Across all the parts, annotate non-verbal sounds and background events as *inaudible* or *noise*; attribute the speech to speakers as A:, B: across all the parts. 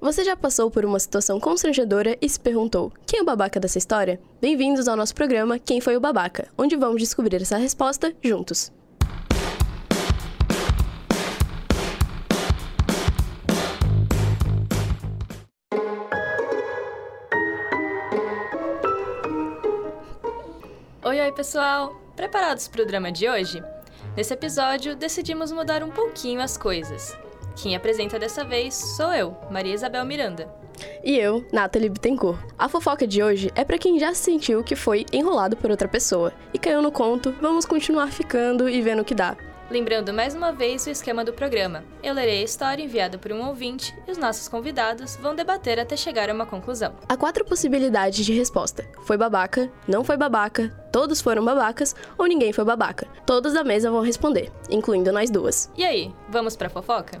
A: Você já passou por uma situação constrangedora e se perguntou: quem é o babaca dessa história? Bem-vindos ao nosso programa Quem Foi o Babaca, onde vamos descobrir essa resposta juntos.
B: Oi, oi, pessoal! Preparados para o drama de hoje? Nesse episódio, decidimos mudar um pouquinho as coisas. Quem apresenta dessa vez sou eu, Maria Isabel Miranda.
A: E eu, Nathalie Bittencourt. A fofoca de hoje é para quem já sentiu que foi enrolado por outra pessoa e caiu no conto, vamos continuar ficando e vendo o que dá.
B: Lembrando mais uma vez o esquema do programa. Eu lerei a história enviada por um ouvinte e os nossos convidados vão debater até chegar a uma conclusão.
A: Há quatro possibilidades de resposta: foi babaca, não foi babaca, todos foram babacas ou ninguém foi babaca. Todos da mesa vão responder, incluindo nós duas.
B: E aí, vamos pra fofoca?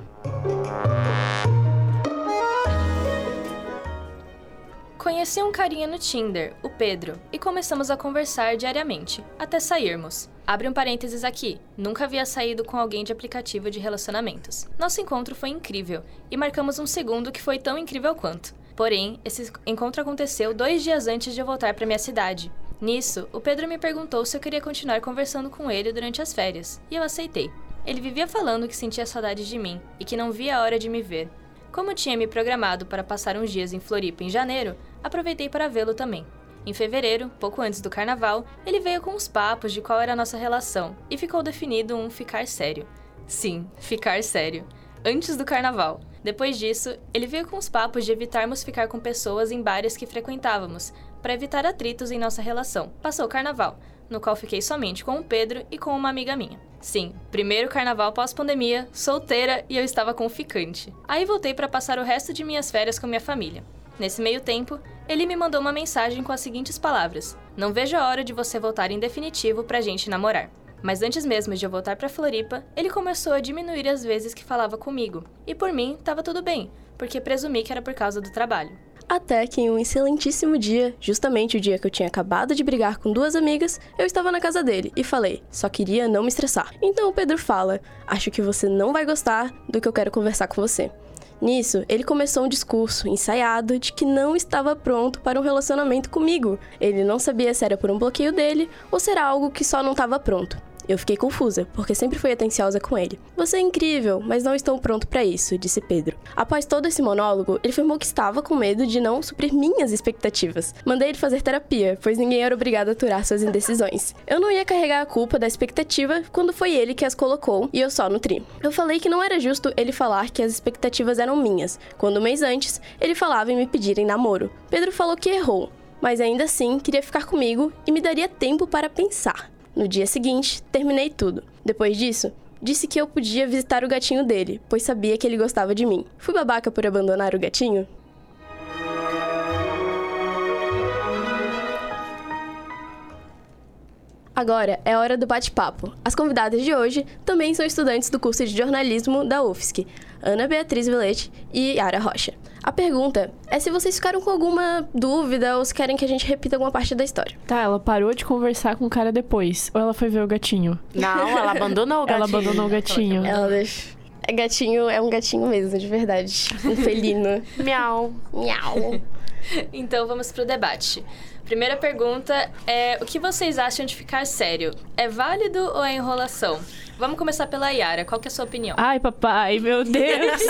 B: Conheci um carinha no Tinder, o Pedro, e começamos a conversar diariamente, até sairmos. Abre um parênteses aqui. Nunca havia saído com alguém de aplicativo de relacionamentos. Nosso encontro foi incrível e marcamos um segundo que foi tão incrível quanto. Porém, esse encontro aconteceu dois dias antes de eu voltar para minha cidade. Nisso, o Pedro me perguntou se eu queria continuar conversando com ele durante as férias, e eu aceitei. Ele vivia falando que sentia saudade de mim e que não via a hora de me ver. Como tinha me programado para passar uns dias em Floripa em janeiro, aproveitei para vê-lo também. Em fevereiro, pouco antes do carnaval, ele veio com uns papos de qual era a nossa relação e ficou definido um ficar sério. Sim, ficar sério. Antes do carnaval. Depois disso, ele veio com os papos de evitarmos ficar com pessoas em bares que frequentávamos, para evitar atritos em nossa relação. Passou o carnaval, no qual fiquei somente com o Pedro e com uma amiga minha. Sim, primeiro carnaval pós-pandemia, solteira e eu estava com um ficante. Aí voltei para passar o resto de minhas férias com minha família. Nesse meio tempo, ele me mandou uma mensagem com as seguintes palavras: Não vejo a hora de você voltar em definitivo pra gente namorar. Mas antes mesmo de eu voltar pra Floripa, ele começou a diminuir as vezes que falava comigo. E por mim, tava tudo bem, porque presumi que era por causa do trabalho.
A: Até que em um excelentíssimo dia, justamente o dia que eu tinha acabado de brigar com duas amigas, eu estava na casa dele e falei: "Só queria não me estressar". Então o Pedro fala: "Acho que você não vai gostar do que eu quero conversar com você". Nisso, ele começou um discurso ensaiado de que não estava pronto para um relacionamento comigo. Ele não sabia se era por um bloqueio dele ou se era algo que só não estava pronto. Eu fiquei confusa, porque sempre fui atenciosa com ele. Você é incrível, mas não estou pronto para isso, disse Pedro. Após todo esse monólogo, ele afirmou que estava com medo de não suprir minhas expectativas. Mandei ele fazer terapia, pois ninguém era obrigado a aturar suas indecisões. Eu não ia carregar a culpa da expectativa quando foi ele que as colocou e eu só nutri. Eu falei que não era justo ele falar que as expectativas eram minhas, quando um mês antes ele falava em me pedirem namoro. Pedro falou que errou. Mas ainda assim, queria ficar comigo e me daria tempo para pensar. No dia seguinte, terminei tudo. Depois disso, disse que eu podia visitar o gatinho dele, pois sabia que ele gostava de mim. Fui babaca por abandonar o gatinho? Agora é hora do bate-papo. As convidadas de hoje também são estudantes do curso de jornalismo da UFSC, Ana Beatriz Vilete e Yara Rocha. A pergunta é se vocês ficaram com alguma dúvida ou se querem que a gente repita alguma parte da história.
C: Tá, ela parou de conversar com o cara depois. Ou ela foi ver o gatinho?
D: Não, ela abandonou o gatinho.
C: Ela abandonou o gatinho.
A: Ela deixa. É gatinho, é um gatinho mesmo, de verdade. Um felino.
D: Miau.
A: Miau.
B: Então vamos pro debate. Primeira pergunta é: o que vocês acham de ficar sério? É válido ou é enrolação? Vamos começar pela Yara, qual que é a sua opinião?
C: Ai, papai,
D: *laughs*
C: meu Deus.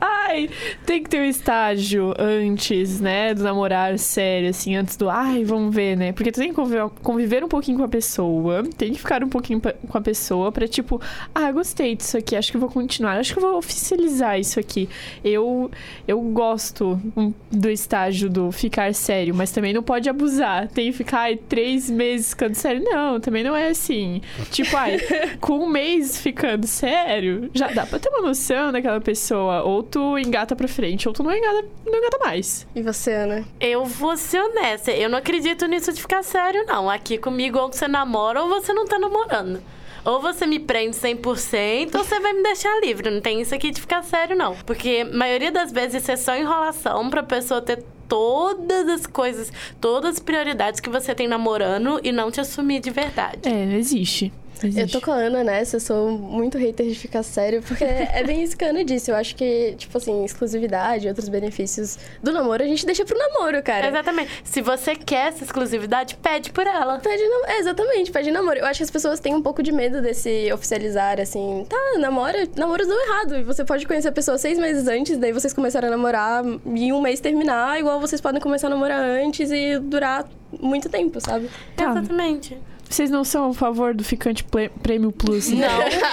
C: ai, tem que ter um estágio antes, né, do namorar sério, assim, antes do, ai, vamos ver, né? Porque tu tem que conviver, conviver um pouquinho com a pessoa, tem que ficar um pouquinho pa- com a pessoa pra, tipo, ah, gostei disso aqui, acho que vou continuar, acho que vou oficializar isso aqui. Eu, eu gosto um- do estágio do ficar sério, mas também não pode abusar. Tem que ficar, ai, três meses ficando sério. Não, também não é assim. Tipo, ai, com um mês ficando sério, já dá pra ter uma noção daquela pessoa. Ou tu engata pra frente, ou tu não engata, não engata mais.
A: E você, Ana?
D: Eu vou ser honesta, eu não acredito nisso de ficar sério, não. Aqui comigo, ou você namora ou você não tá namorando. Ou você me prende 100% ou você vai me deixar livre. Não tem isso aqui de ficar sério, não. Porque a maioria das vezes isso é só enrolação pra pessoa ter todas as coisas, todas as prioridades que você tem namorando e não te assumir de verdade.
C: É, não existe.
A: Eu tô com a Ana nessa, eu sou muito hater de ficar sério, porque é bem isso que a Ana disse. Eu acho que, tipo assim, exclusividade, outros benefícios do namoro, a gente deixa pro namoro, cara.
D: Exatamente. Se você quer essa exclusividade, pede por ela.
A: Pede nam- é, exatamente, pede namoro. Eu acho que as pessoas têm um pouco de medo desse oficializar, assim, tá, namora, namoros dão errado. E você pode conhecer a pessoa seis meses antes, daí vocês começaram a namorar e em um mês terminar, igual vocês podem começar a namorar antes e durar muito tempo, *laughs* sabe?
C: Tá.
D: Exatamente.
C: Vocês não são a favor do ficante ple- prêmio plus, né? *laughs*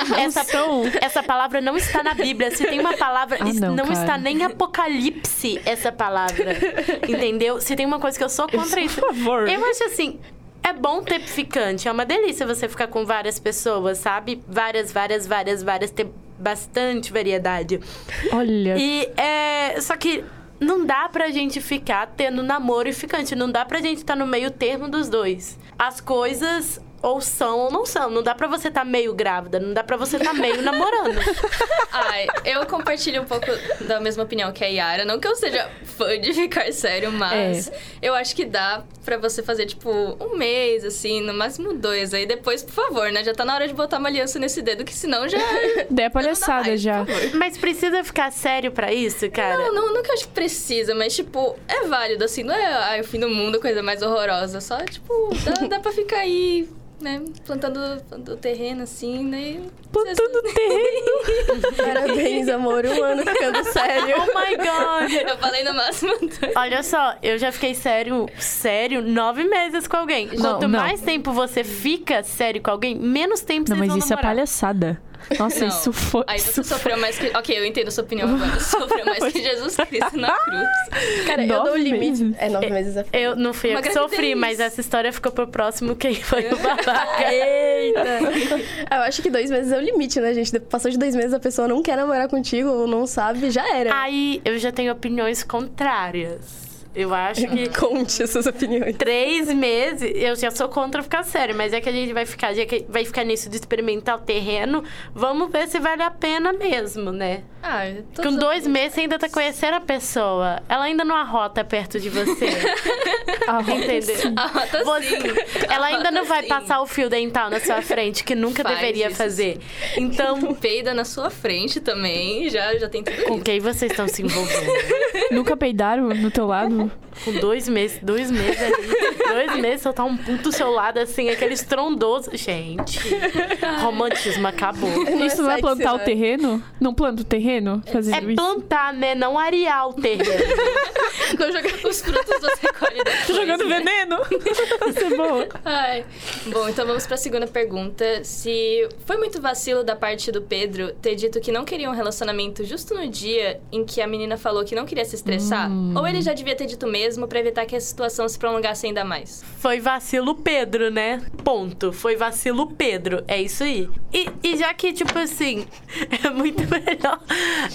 D: Não, essa, *laughs* essa palavra não está na Bíblia. Se tem uma palavra,
C: Ah,
D: isso
C: não,
D: não,
C: cara.
D: está nem em apocalipse essa palavra. Entendeu? Se tem uma coisa que eu sou contra isso.
C: Por favor.
D: Eu acho assim, é bom ter ficante, é uma delícia você ficar com várias pessoas, sabe? Várias, várias, várias, várias, ter bastante variedade.
C: Olha,
D: E é. Só que não dá pra gente ficar tendo namoro e ficante. Não dá pra gente estar no meio termo dos dois. As coisas ou são ou não são. Não dá pra você estar meio grávida. Não dá pra você estar meio
C: *laughs*
D: namorando.
B: Ai, eu compartilho um pouco da mesma opinião que a Yara. Não que eu seja fã de ficar sério, mas eu acho que dá pra você fazer, tipo, um mês, assim, no máximo dois. Aí depois, por favor, né? Já tá na hora de botar uma aliança nesse dedo, que senão já.
C: der palhaçada
B: mais,
C: já.
D: Mas precisa ficar sério pra isso, cara?
B: Não, não, não que eu acho que precisa, mas, tipo, é válido, assim. Não é ai, o fim do mundo, coisa mais horrorosa. Só, tipo, dá, dá pra ficar aí, né? Plantando, plantando terreno, assim, né?
C: Plantando terreno.
A: Parabéns, amor, um ano ficando sério.
D: Oh my god!
B: *laughs* Eu falei no máximo dois.
D: Olha só, eu já fiquei sério, sério, nove meses com alguém.
C: Não,
D: Quanto
C: não.
D: mais tempo você fica sério com alguém, menos tempo
C: Não,
D: vocês
C: mas
D: vão
C: isso é
D: namorar.
C: palhaçada. Nossa,
B: Não.
C: isso foi.
B: Aí você
C: isso
B: sofreu mais que. Ok, eu entendo sua opinião agora. Sofreu mais que Jesus Cristo na cruz.
A: *laughs* Cara, eu dou o
C: Nove
A: limite.
C: meses?
A: É nove meses é foda.
D: Eu não fui
B: Uma
D: eu que sofri,
B: gravidez.
D: mas essa história ficou pro próximo quem foi
C: *laughs*
D: o babaca.
A: Ah, Eu acho que dois meses é o limite, né, gente? Passou de dois meses, a pessoa não quer namorar contigo ou não sabe, já era. *laughs*
D: Aí eu já tenho opiniões contrárias. Eu
B: *laughs*
D: acho que
A: Conte as suas opiniões.
D: três meses eu já sou contra ficar sério, mas é que a gente vai ficar, já que vai ficar nisso de experimentar o terreno. Vamos ver se vale a pena mesmo, né?
B: Ah, tô
D: Com dois meses você ainda tá conhecendo a pessoa. Ela ainda não arrota perto
B: *laughs*
D: de você.
C: Ah,
D: Entendeu?
B: *laughs* Ah, tá
D: Você-
B: sim.
D: Ela ainda não vai
B: Sim.
D: passar o fio dental na sua frente, que nunca
B: Assim. Faz
D: deveria
B: isso.
D: fazer. Então, *laughs*
B: *laughs* Peida na sua frente também, já, já tem tudo
D: com
B: isso.
D: quem vocês estão se envolvendo?
C: nunca peidaram no teu lado?
D: Com dois meses, dois meses ali, dois meses, soltar um puto do seu lado, assim, aquele estrondoso. Gente, romantismo acabou.
A: Não é
C: isso não é
A: sexy, né?
C: plantar o terreno? Não planta o terreno? Fazendo
D: É
C: isso?
D: plantar, né? Não arear o terreno.
B: Tô jogando os frutos você colhe depois.
C: Tô jogando veneno? *laughs* Isso é boa.
B: Ai. Bom, então vamos pra segunda pergunta. Se foi muito vacilo da parte do Pedro ter dito que não queria um relacionamento justo no dia em que a menina falou que não queria se estressar, ou ele já devia ter dito mesmo pra evitar que a situação se prolongasse ainda mais?
D: Foi vacilo Pedro, né? Ponto. Foi vacilo Pedro. É isso aí. E, e já que, tipo assim, *laughs* é muito melhor.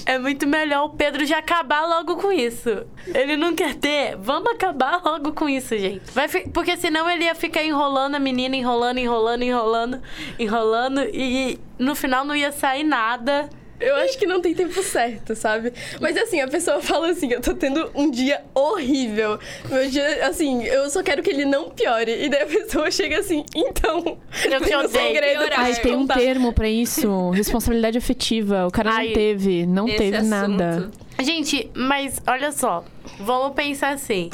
D: É muito melhor o Pedro já acabar logo com isso. Ele não quer ter. Vamos acabar logo com isso, gente. Vai fi- porque senão ele ia ficar enrolando a menina, enrolando, enrolando, enrolando, enrolando. E no final não ia sair nada.
A: Eu acho que não tem tempo certo, sabe? Mas assim, a pessoa fala assim: eu tô tendo um dia horrível. Meu dia, assim, eu só quero que ele não piore. E daí a pessoa chega assim: então.
D: Eu te
A: tem um
D: odeio.
A: segredo pra
B: Ai,
A: te
B: Acho
C: tem um
A: contar."
C: termo pra isso. Responsabilidade afetiva. O cara
D: Ai,
C: não teve. Não
B: Esse
C: teve
B: assunto.
C: nada.
D: Gente, mas olha só, vamos pensar assim.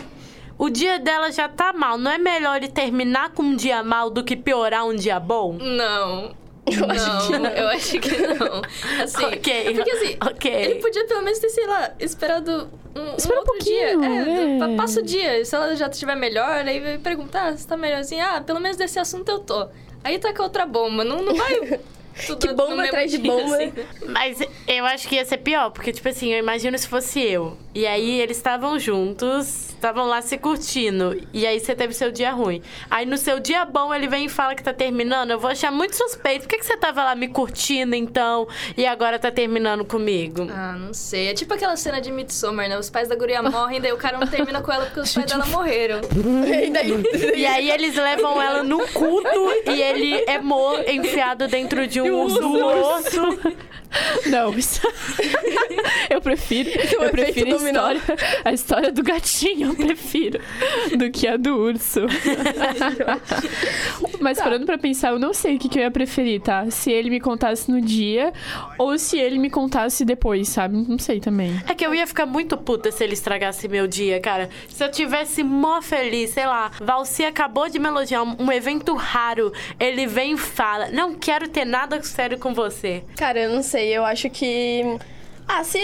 D: O dia dela já tá mal, não é melhor ele terminar com um dia mal do que piorar um dia bom?
B: Não. Eu não,
A: acho que não.
B: eu acho que não. Assim,
D: Ok,
B: é porque assim,
D: *laughs* ok.
B: ele podia pelo menos ter, sei lá, esperado um,
C: Espera um
B: outro dia.
C: pouquinho,
B: É,
C: é.
B: pa- passa o dia, se ela já estiver melhor, aí vai perguntar, ah, você tá melhor assim, ah, pelo menos desse assunto eu tô. Aí tá com outra bomba, não, não vai... tudo
A: Que
B: no
A: bomba
B: mesmo
A: atrás de
B: dia,
A: bomba.
B: né?
D: Mas eu acho que ia ser pior, porque, tipo assim, eu imagino se fosse eu. E aí eles estavam juntos, estavam lá se curtindo. E aí você teve seu dia ruim. Aí no seu dia bom ele vem e fala que tá terminando. Eu vou achar muito suspeito. Por que, que você tava lá me curtindo então e agora tá terminando comigo?
B: Ah, não sei. É tipo aquela cena de Midsommar, né? Os pais da guria morrem, daí o cara não termina com ela porque os pais dela morreram.
A: E daí.
D: E aí eles levam ela no culto e ele é mo enfiado dentro de um urso morto.
C: Não, isso... *laughs* eu prefiro,
D: é
A: um
C: eu
A: efeito
C: prefiro a
A: dominó.
C: história, a história
D: *laughs*
C: do gatinho, eu prefiro, do que a do urso. Mas
D: Tá.
C: parando pra pensar, eu não sei o que, que eu ia preferir, tá? Se ele me contasse no dia ou se ele me contasse depois, sabe? Não sei também.
D: É que eu ia ficar muito puta se ele estragasse meu dia, cara. Se eu tivesse mó feliz, sei lá, Valci acabou de me elogiar, um um evento raro. Ele vem e fala: Não quero ter nada sério com você.
A: Cara, eu não sei, eu acho que. Ah, se.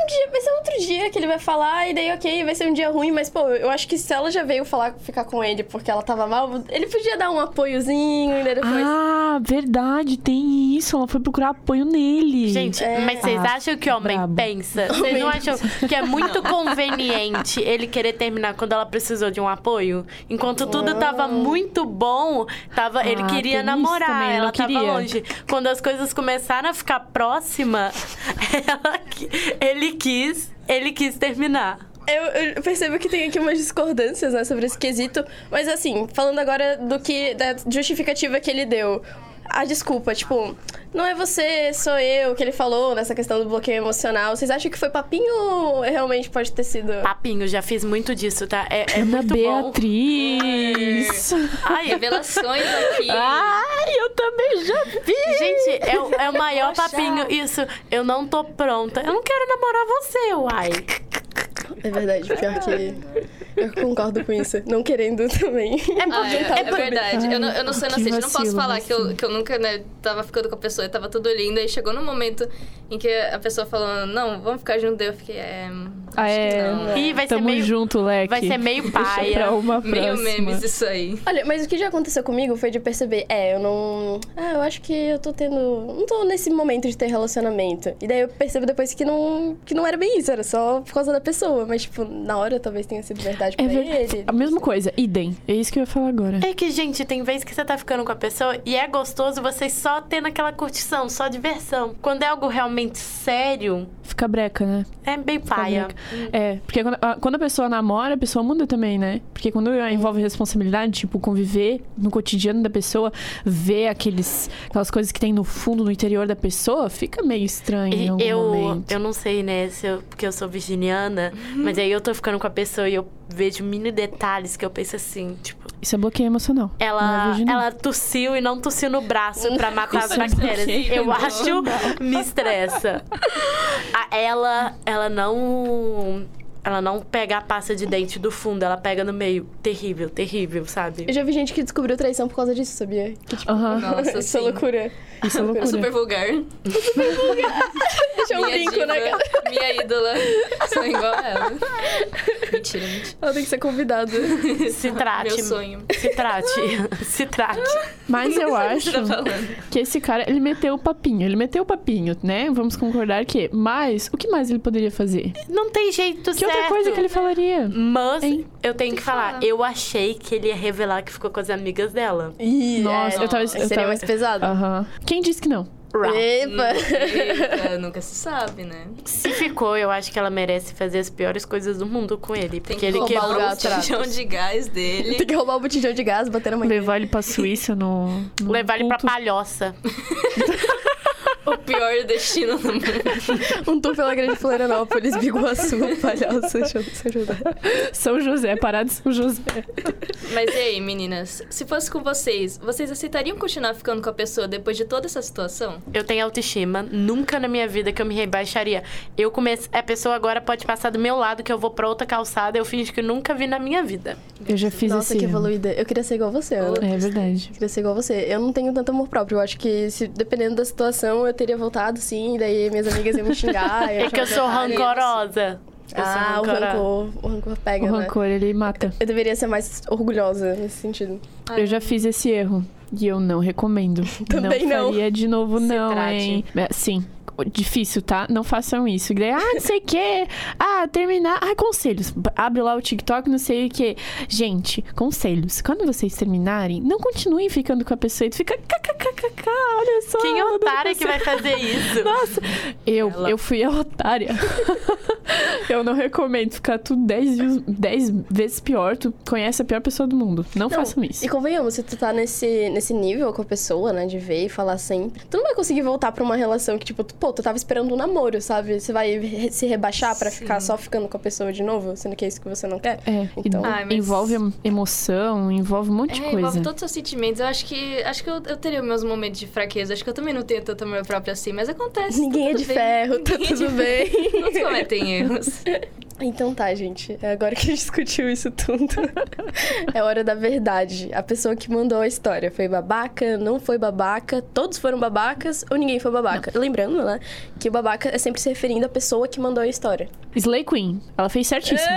A: Um dia, vai ser outro dia que ele vai falar, e daí, ok, vai ser um dia ruim, mas, pô, eu acho que se ela já veio falar, ficar com ele porque ela tava mal, ele podia dar um apoiozinho, e daí depois.
C: Ah, verdade, tem isso. Ela foi procurar apoio nele.
D: Gente,
A: É.
D: mas vocês
C: Ah,
D: acham que homem
C: brabo.
D: *laughs* pensa? Vocês não
A: Homem
D: acham que é muito conveniente ele querer terminar quando ela precisou de um apoio? Enquanto tudo tava muito bom, tava, ele
C: Ah, tem
D: queria
C: isso
D: namorar,
C: também,
D: ela
C: não queria.
D: tava longe. Quando as coisas começaram a ficar próxima, *laughs* ela qui- ele quis, ele quis terminar.
A: Eu, eu percebo que tem aqui umas discordâncias, né, sobre esse quesito. Mas assim, falando agora do que. da justificativa que ele deu. A desculpa, tipo, não é você, sou eu que ele falou nessa questão do bloqueio emocional. Vocês acham que foi papinho ou realmente pode ter sido?
D: Papinho, já fiz muito disso, tá? É, é
C: Ana
D: muito bom.
C: Beatriz.
D: Ai,
B: Revelações aqui.
C: Ah, Ai, eu também já vi.
D: Gente, é, o- é o maior
B: Poxa.
D: papinho. Isso, eu não tô pronta. Eu não quero namorar você, uai.
A: É verdade, pior que. Eu concordo com isso. Não querendo *laughs* também.
D: É
B: Ah,
D: porque
B: é,
C: então
D: tá
B: é
D: tudo-
B: verdade. Eu não, eu não sei, eu não
C: Que
B: sei. Eu não posso
C: vacilo,
B: falar que eu,
C: vacilo.
B: que eu nunca, né, tava ficando com a pessoa e tava tudo lindo. Aí chegou no momento em que a pessoa falou, não, vamos ficar junto. Daí Eu fiquei, é. Acho
C: Ah, é.
B: que não. né?
D: Ih, vai ser
C: Tamo
D: meio.
C: junto, Leque.
D: Vai ser meio
C: Deixa pra
D: paia.
C: uma
B: Meio
C: próxima.
B: memes isso aí.
A: Olha, mas o que já aconteceu comigo foi de perceber, é, eu não. Ah, eu acho que eu tô tendo. Não tô nesse momento de ter relacionamento. E daí eu percebo depois que não, que não era bem isso, era só por causa da pessoa. Mas, tipo, na hora talvez tenha sido verdade pra
C: É verdade.
A: ele.
C: A mesma coisa, idem. É isso que eu ia falar agora.
D: É que, gente, tem vezes que você tá ficando com a pessoa e é gostoso vocês só tendo aquela curtição, só diversão. Quando é algo realmente sério,
C: Fica breca, né?
D: é bem
C: Fica
D: paia.
C: breca. É, porque quando a, quando a pessoa namora, a pessoa muda também, né? Porque quando envolve responsabilidade, tipo, conviver no cotidiano da pessoa, ver aqueles, aquelas coisas que tem no fundo, no interior da pessoa, fica meio estranho
D: E
C: em algum
D: eu,
C: momento.
D: eu não sei, né, se eu, porque eu
C: *laughs*
D: sou virginiana, mas aí eu tô ficando com a pessoa e eu vejo mini detalhes que eu penso assim, tipo,
C: Isso é bloqueio emocional. Não é
D: Ela,
C: virginal.
D: ela tossiu e não tossiu no braço pra matar as
B: Isso é
D: bactérias.
B: bloqueio,
D: Eu
B: não.
D: acho me estressa. A- ela, ela não. Ela não pega a pasta de dente do fundo, ela pega no meio. Terrível, terrível,
A: Eu
D: sabe?
A: já vi gente que descobriu traição por causa disso, sabia? Que, tipo,
C: Aham.
B: Nossa,
A: *laughs* essa
B: sim.
A: loucura.
C: Isso é loucura.
B: Super vulgar.
A: Deixa um
B: minha
A: brinco,
B: diva,
A: né? cara?
B: Minha ídola. Sou igual a ela. Mentira, mentira.
A: Ela tem que ser
C: *laughs*
A: convidada.
D: Se trate.
B: Meu sonho.
D: Se trate. *laughs* Se trate.
C: Mas eu acho
B: Tá falando.
C: que esse cara, ele meteu o papinho. Ele meteu o papinho, né? Vamos concordar que. Mas, o que mais ele poderia fazer?
D: Não tem jeito
C: Que
D: certo.
C: outra coisa que ele falaria?
D: Mas
C: Hein?
D: eu tenho que falar,
B: falar.
D: eu achei que ele ia revelar que ficou com as amigas dela.
A: Ih,
C: Nossa,
A: é,
C: eu tava. eu
A: Seria
C: tava- Ah.
A: mais pesado.
C: Aham. Quem disse que não?
A: Epa!
B: Eita, nunca se sabe, né?
D: Se ficou, eu acho que ela merece fazer as piores coisas do mundo com
B: Tem
D: ele. Porque
B: que
D: ele
B: roubar
D: quebrou
B: o botijão de gás dele.
A: Tem que roubar o botijão de gás, bater na mãe.
C: Levar ele pra Suíça no. no
D: Levar ele pra
C: ponto-
D: palhoça.
B: O pior destino do mundo.
A: Um tour pela Grande Florianópolis, Biguaçu, Palhaço, São José.
C: São José, parado São José.
B: Mas e aí, meninas? Se fosse com vocês, vocês aceitariam continuar ficando com a pessoa depois de toda essa situação?
D: Eu tenho autoestima. Nunca na minha vida que eu me rebaixaria. Eu comecei. A pessoa agora pode passar do meu lado que eu vou pra outra calçada. Eu finjo que nunca vi na minha vida.
C: Eu já fiz
A: Nossa,
C: esse.
A: que evoluída. Eu queria ser igual você, Ana. Eu
C: É verdade.
A: queria ser igual você. Eu não tenho tanto amor próprio. Eu acho que, se, dependendo da situação, eu teria voltado, sim. Daí minhas amigas iam me xingar.
D: É que eu sou rancorosa. Eu sou
A: Ah, o
D: rancorosa.
A: rancor. O rancor
C: O
A: pega, né?
C: rancor, ele mata.
A: Eu deveria ser mais orgulhosa nesse sentido.
B: Ah,
C: Eu já fiz esse erro. E eu não
D: *laughs*
C: recomendo.
A: Também não.
C: Não faria de novo, não,
D: trate.
C: hein? É, Sim. Difícil, tá? Não façam isso. E daí, ah, não sei o quê. Ah, terminar. Ah, conselhos. Abre lá o TikTok, não sei o quê. Gente, conselhos. Quando vocês terminarem, não continuem ficando com a pessoa e tu fica kkkk, olha só.
D: Quem é
C: ela dando
D: otária que
C: conselho.
D: vai fazer
A: *laughs*
D: isso?
C: Nossa, eu,
D: Ela.
C: eu fui a otária. *laughs* eu não recomendo ficar tudo 10 dez vezes pior. Tu conhece a pior pessoa do mundo. Não, façam isso.
A: E convenhamos, se tu tá nesse, nesse nível com a pessoa, né, de ver e falar sempre, tu não vai conseguir voltar pra uma relação que, tipo, tu, pô, pô, tu tava esperando um namoro, sabe? Você vai re- se rebaixar pra ficar só ficando com a pessoa de novo, sendo que é isso que você não quer?
C: É,
A: Então-
C: então,
B: Ai, mas-
C: envolve em- emoção, envolve um monte de
B: É,
C: coisa.
B: envolve todos os seus sentimentos. Eu acho que acho que eu, eu teria meus momentos de fraqueza. Acho que eu também não tenho tanto amor próprio assim, mas acontece.
A: Ninguém é
B: tá
A: de
B: tudo bem.
A: ferro, tá
B: Ninguém é de
A: tudo bem.
B: Todos cometem erros.
A: *laughs* Então tá, gente. É agora que a gente discutiu isso
B: *laughs*
A: tudo. é hora da verdade. A pessoa que mandou a história foi babaca, não foi babaca, todos foram babacas ou ninguém foi babaca. Lembrando, né, que o babaca é sempre se referindo à pessoa que mandou a história.
C: Slay Queen, ela fez certíssimo.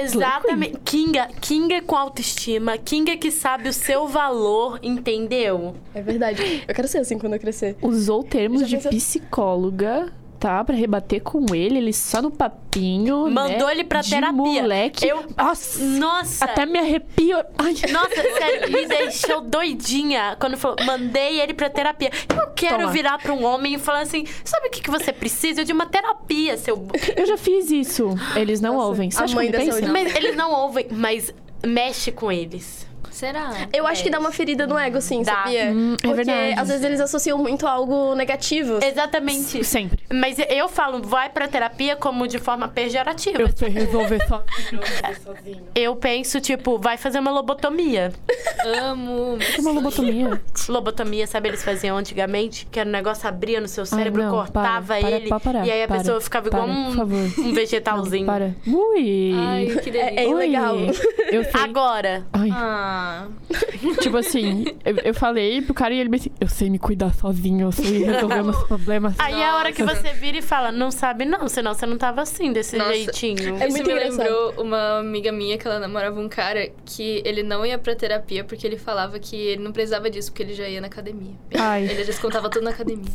D: Exatamente. Kinga, Kinga com autoestima, Kinga que sabe o seu valor, entendeu?
A: É verdade. Eu quero ser assim quando eu crescer.
C: Usou termos
A: Já
C: de
A: pensou-
C: psicóloga, tá? Pra rebater com ele, ele só no papinho.
D: Mandou
C: né?
D: ele pra
C: de
D: terapia.
C: Moleque.
D: Eu-
C: Nossa!
D: Nossa!
C: Até me arrepio. Ai.
D: Nossa, sério, me deixou doidinha quando falou, mandei ele pra terapia. Eu quero
C: Toma.
D: virar pra um homem e falar assim: sabe o que, que você precisa? De uma terapia, seu. bo-"
C: Eu já fiz isso. Eles não
A: Nossa,
C: ouvem. Você
A: a
C: acha
A: mãe
C: que eu
A: dessa
C: me penso?
A: Não.
D: Mas eles não ouvem, mas mexe com eles.
B: Será?
A: Eu acho que
B: É.
A: dá uma ferida no ego, sim,
D: Dá.
A: sabia?
C: Hum, é
A: Porque
C: verdade.
A: às vezes eles associam muito a algo negativo.
B: É.
D: Exatamente.
C: Sempre.
D: Mas eu falo, vai pra terapia como de forma pejorativa.
C: Eu sei resolver só.
D: Eu penso, tipo, vai fazer uma lobotomia.
B: É, Amo.
C: Uma lobotomia.
D: Lobotomia, sabe, eles faziam antigamente? Que era um negócio, abria no seu cérebro,
C: não,
D: cortava
C: para, para,
D: ele.
C: para, para,
D: e aí a
C: para,
D: pessoa ficava igual
C: para, por
D: um,
C: favor.
D: *laughs* um vegetalzinho.
C: Para. Ui.
B: Ai, que delícia.
A: É
C: Ui.
A: ilegal.
C: Eu
D: *laughs*
C: sei.
D: Agora,
C: Ai.
B: Ah,
C: Tipo assim, eu, eu falei pro cara e ele me disse, eu sei me cuidar sozinho, eu sei resolver meus problemas.
D: Aí é a hora que
B: Nossa.
D: você vira e fala, não sabe não, senão você não tava assim, desse
B: Nossa.
D: jeitinho.
A: É
B: isso
A: muito
B: me
A: engraçado.
B: lembrou uma amiga minha que ela namorava um cara que ele não ia pra terapia porque ele falava que ele não precisava disso porque ele já ia na academia.
C: Ai.
B: Ele descontava tudo na academia.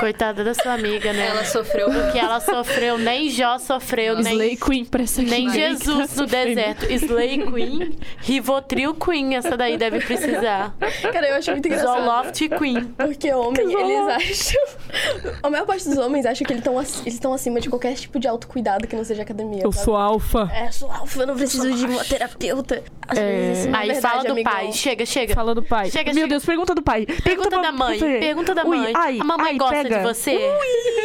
D: Coitada da sua amiga,
A: É.
D: né?
B: Ela sofreu um
D: O que ela sofreu, nem Jó sofreu,
C: Slay
D: nem,
C: Queen pra essa
D: nem
C: aqui, né, que
D: Jesus
C: tá
D: no
C: sofrendo.
D: deserto. Slay Queen, Rivotril Queen, essa daí deve precisar.
A: Cara, eu acho muito engraçado.
D: Zoloft Queen.
A: Porque homem,
C: *laughs*
A: eles acham. *laughs* A maior parte dos homens acha que eles estão eles estão acima de qualquer tipo de autocuidado que não seja academia.
C: Eu
A: sabe?
C: sou alfa.
A: É, sou alfa, eu não preciso de uma terapeuta. Às
C: É.
A: vezes isso não é
D: Aí
A: verdade,
D: fala do
A: amigão.
D: pai, chega, chega.
C: Fala do pai.
D: Chega,
C: Meu
D: chega.
C: Deus, pergunta do pai.
D: Pergunta
C: pra-
D: da mãe,
C: pra ele.
D: pergunta da
C: Ui,
D: mãe.
C: ai,
D: a mamãe
C: ai,
D: gosta
C: pega.
D: de você?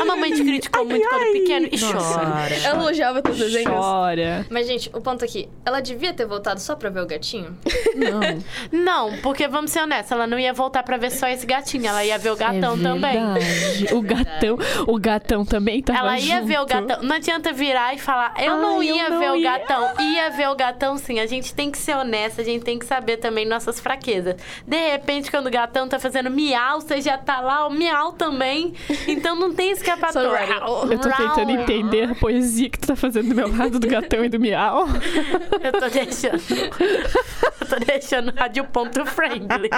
D: A mamãe te criticou muito quando
C: ai.
D: pequeno e
C: Nossa.
D: chora.
A: Ela elogiava teus desenhos.
C: Chora.
B: Mas, gente, o ponto aqui, ela devia ter voltado só pra ver
A: *laughs*
B: o gatinho?
C: Não.
D: Não, porque vamos ser honestos, ela não ia voltar pra ver só esse gatinho, ela ia ver o gatão
C: é
D: também.
C: verdade. O gatão, o gatão também tava
D: Ela ia
C: junto.
D: ver o gatão. Não adianta virar e falar, eu não
C: Ai, eu
D: ia
C: não
D: ver o
C: ia.
D: gatão. Ia ver o gatão, sim. A gente tem que ser honesta, a gente tem que saber também nossas fraquezas. De repente, quando o gatão tá fazendo miau, você já tá lá, o miau também. Então não tem escapatória.
C: Eu tô tentando entender a poesia que tu tá fazendo do meu lado, do gatão e do miau.
D: *laughs* Eu tô deixando. *laughs* eu tô deixando rádio ponto friendly.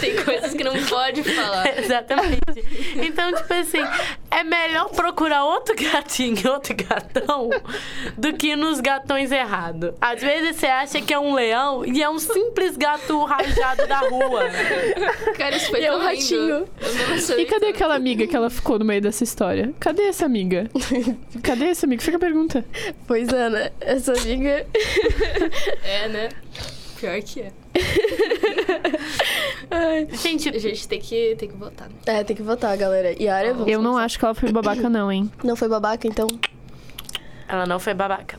B: Tem coisas que não pode falar.
D: *laughs* Exatamente. Então, tipo assim, é melhor procurar outro gatinho, *laughs* outro gatão, do que nos gatões errados. Às vezes você acha que é um leão e é um simples gato rajado da rua.
B: Cara, isso foi
A: E é
B: tão
A: um ratinho.
B: lindo. Eu não sei.
C: E cadê aquela amiga que ela ficou no meio dessa história? Cadê essa
D: *laughs*
C: amiga? Cadê essa amiga? Fica a pergunta.
A: Pois é, né? Essa amiga.
B: É, né? Pior que é.
D: Gente,
B: A gente tem que, tem que votar. né?
A: É, tem que votar, galera. Yara, vamos
C: Eu não é. acho que ela foi babaca, não, hein?
A: Não foi babaca, então.
D: ela não foi babaca.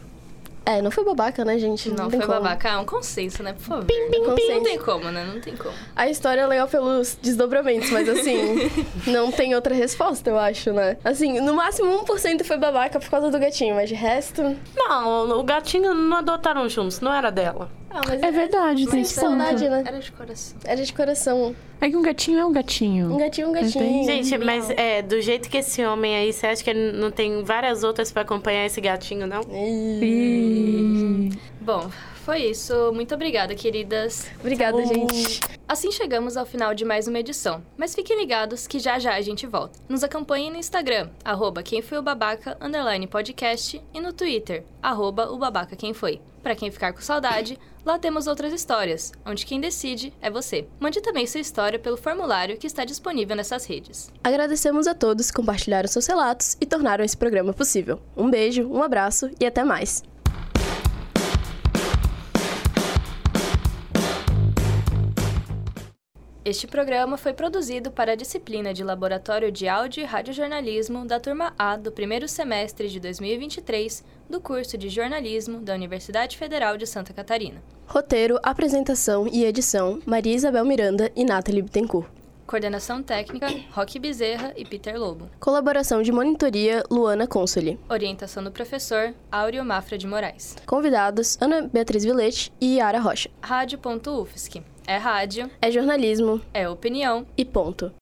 A: É, não foi babaca, né, gente?
B: Não,
A: tem
B: foi
A: como.
B: babaca. Ah, um consenso, né? Por favor. Não
A: Consenso.
B: tem como, né? Não tem como.
A: A história é legal pelos desdobramentos, mas
C: *laughs*
A: assim, não tem outra resposta, eu acho, né? Assim, no máximo 1% foi babaca por causa do gatinho, mas de resto.
D: Não, o gatinho não adotaram juntos, não era dela.
B: *laughs* Ah, mas
C: É verdade, tem
A: Mas
C: esse
A: saudade,
C: ponto.
A: né?
B: Era de coração.
A: Era de coração.
C: É que um gatinho é um gatinho.
A: Um gatinho, um gatinho.
C: Entendi.
D: Gente, mas é, do jeito que esse homem aí, você acha que ele não tem várias outras pra acompanhar esse gatinho, não?
C: Ih.
B: Bom, foi isso. Muito obrigada, queridas.
A: Obrigada,
D: Oh.
A: gente.
B: Assim chegamos ao final de mais uma edição, mas fiquem ligados que já já a gente volta. Nos acompanhem no Instagram, arroba quem foi o babaca, underline podcast, e no Twitter, arroba o babaca quem foi. Pra quem ficar com saudade, lá temos outras histórias, onde quem decide é você. Mande também sua história pelo formulário que está disponível nessas redes.
A: Agradecemos a todos que compartilharam seus relatos e tornaram esse programa possível. Um beijo, um abraço e até mais.
B: Este programa foi produzido para a disciplina de Laboratório de Áudio e Radiojornalismo da turma A do primeiro semestre de 2023 do curso de Jornalismo da Universidade Federal de Santa Catarina.
A: Roteiro, apresentação e edição: Maria Isabel Miranda e Nathalie Bittencourt.
B: Coordenação técnica: Roque Bezerra e Peter Lobo.
A: Colaboração de monitoria: Luana Consoli.
B: Orientação do professor Áureo Mafra de Moraes.
A: Convidados: Ana Beatriz Vilete e Yara Rocha.
B: Rádio.UFSC. É rádio,
A: É jornalismo
B: é opinião.
A: e ponto.